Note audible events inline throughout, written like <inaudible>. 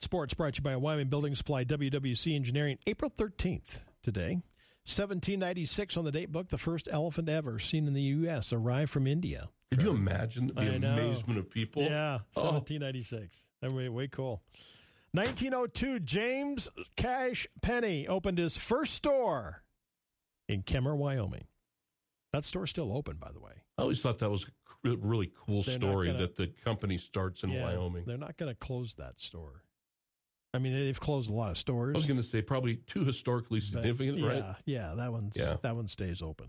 Sports brought to you by Wyoming Building Supply, WWC Engineering, April 13th today. 1796 on the date book, the first elephant ever seen in the U.S. arrived from India. Could you imagine the I know. amazement of people? Yeah, Oh, 1796. That way, way cool. 1902, James Cash Penny opened his first store in Kemmer, Wyoming. That store's still open, by the way. I always thought that was a cr- really cool They're not story gonna- that the company starts in Yeah, Wyoming. They're not going to close that store. I mean, they've closed a lot of I stores. was going to say probably too historically but significant, yeah, right? Yeah, that one's Yeah. that one stays open.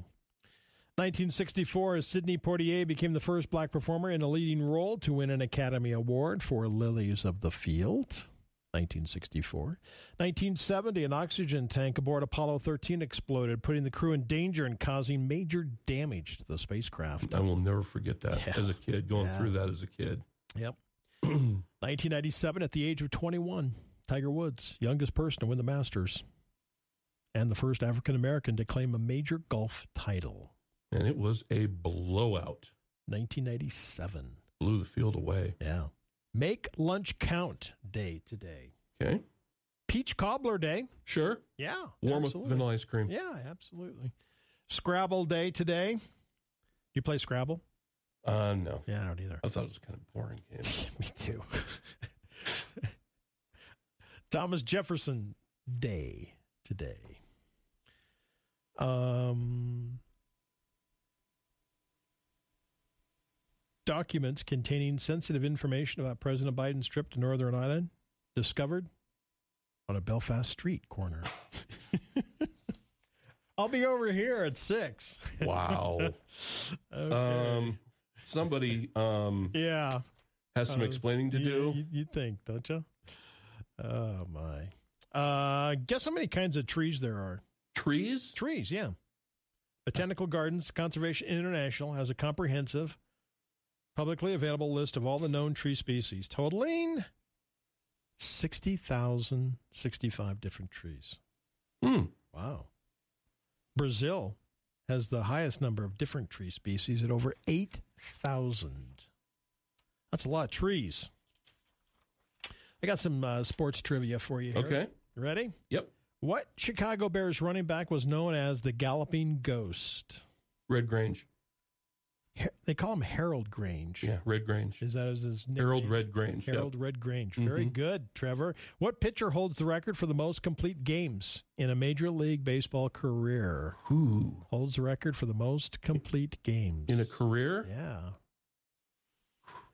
1964, Sidney Portier became the first black performer in a leading role to win an Academy Award for Lilies of the Field. 1964. 1970, an oxygen tank aboard Apollo 13 exploded, putting the crew in danger and causing major damage to the spacecraft. I will never forget that Yeah. as a kid, going Yeah. through that as a kid. <clears throat> Yep. 1997, at the age of 21, Tiger Woods, youngest person to win the Masters, and the first African American to claim a major golf title. And it was a blowout. 1997. Blew the field away. Yeah. Make lunch count day today. Okay. Peach cobbler day. Sure. Yeah. Warm absolutely. with vanilla ice cream. Yeah, absolutely. Scrabble day today. You play Scrabble? Uh, no. Yeah, I don't either. I thought it was a kind of boring game. <laughs> Me too. Thomas Jefferson Day today. Um, documents containing sensitive information about President Biden's trip to Northern Ireland discovered on a Belfast street corner. I'll be over here at six. Wow. <laughs> Okay. um, somebody <laughs> um, yeah. has some Uh, explaining to Yeah, do. You, you think, don't you? Oh my! Uh, guess how many kinds of trees there are? Trees? Trees, yeah. Botanical Gardens Conservation International has a comprehensive, publicly available list of all the known tree species, totaling sixty thousand sixty-five different trees. Hmm. Wow! Brazil has the highest number of different tree species at over eight thousand. That's a lot of trees. I got some uh, sports trivia for you. Here. Okay. ready? Yep. What Chicago Bears running back was known as the Galloping Ghost? Red Grange. Her- they call him Harold Grange. Yeah, Red Grange. Is that his, his name? Harold Red Grange. yep. Harold Red Grange. Very Mhm. good, Trevor. What pitcher holds the record for the most complete games in a Major League Baseball career? Who? Holds the record for the most complete games. In a career? yeah.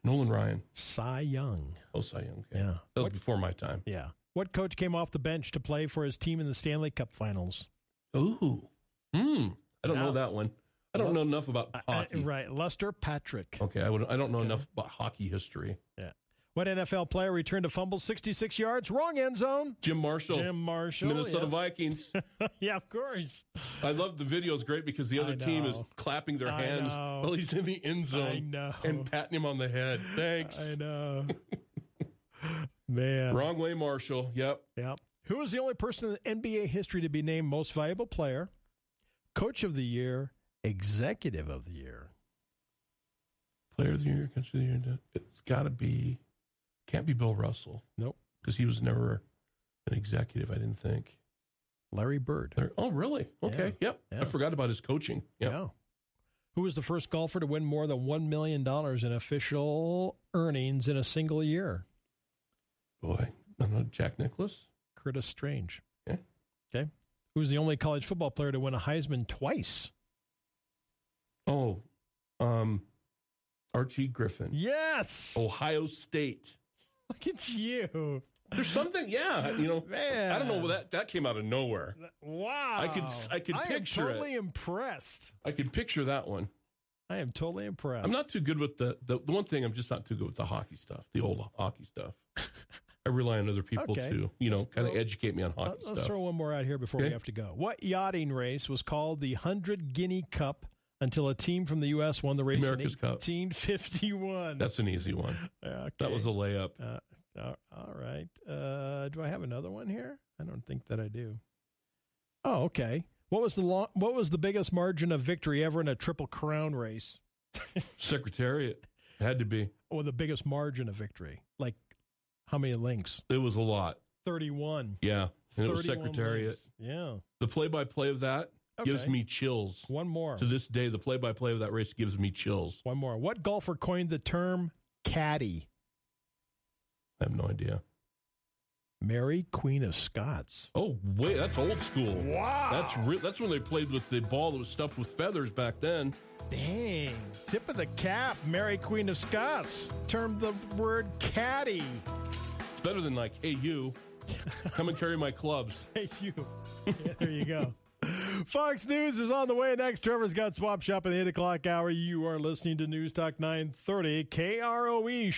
Nolan Ryan. Cy Young. Oh, Cy Young. Okay. Yeah. That was What, before my time. yeah. What coach came off the bench to play for his team in the Stanley Cup Finals? Ooh. Hmm. I don't Yeah. know that one. I don't know enough about I- I- hockey. Uh, right. Lester Patrick. Okay, I, would, I don't know Okay. enough about hockey history. Yeah. What NFL player returned a fumble 66 yards? Wrong end zone. Jim Marshall, Jim Marshall. Minnesota Vikings. yeah. <laughs> yeah, of course. I love the video. It's great because the I other team is know. clapping their I hands know. while he's in the end I zone know. and patting him on the head. Thanks. I know. <laughs> Man. Wrong way, Marshall. Yep. Yeah. Who is the only person in NBA history to be named most valuable player, coach of the year, executive of the year? Player of the year, coach of the year. It's got to be. Can't be Bill Russell. Nope. Because he was never an executive. I didn't think. Larry Bird. There- oh, really? Okay. Yep. Yeah. I forgot about his coaching. Yep. Yeah. Who was the first golfer to win more than $1 million in official earnings in a single year? Boy, I don't know. Jack Nicholas. Curtis Strange. Yeah. Okay. Who's the only college football player to win a Heisman twice? Oh, um, Archie Griffin. Yes. Ohio State. Look at you. There's something, yeah. Uh, You know, Man. I don't <laughs> know that that came out of nowhere. Wow. I could- I could picture am it. totally impressed. I could picture that one. I am totally impressed. I'm not too good with the, the the one thing. I'm just not too good with the hockey stuff, the old <laughs> hockey stuff. I rely on other people Okay. to you know Let's kind of throw- educate me on Uh, hockey Let's stuff. throw one more out here before we Okay. have to go. What yachting race was called the 100 Guinea Cup until a team from the U.S. won the race America's in Cup. 1851? That's an easy one. okay. That was a layup. Uh, all all right. Uh, do I have another one here? I don't think that I do. Oh, okay. What was the long, what was the biggest margin of victory ever in a triple crown race? Secretariat had to be Or the biggest margin of victory, like How many links? It was a lot. 31. Yeah. And it 31 was Secretariat. links. Yeah. The play by play of that gives Okay. me chills. one more. To this day, the play by play of that race gives me chills. One more. What golfer coined the term caddy? I have no idea. Mary, Queen of Scots. Oh, wait, that's old school. Wow. That's re- that's when they played with the ball that was stuffed with feathers back then. Dang. Tip of the cap, Mary, Queen of Scots. Termed the word caddy. <laughs> It's better than like, hey, you, come and carry my clubs. Hey, you. Yeah, there you go. Fox News is on the way next. Trevor's got Swap Shop at the 8 o'clock hour. You are listening to News Talk 930 KROE.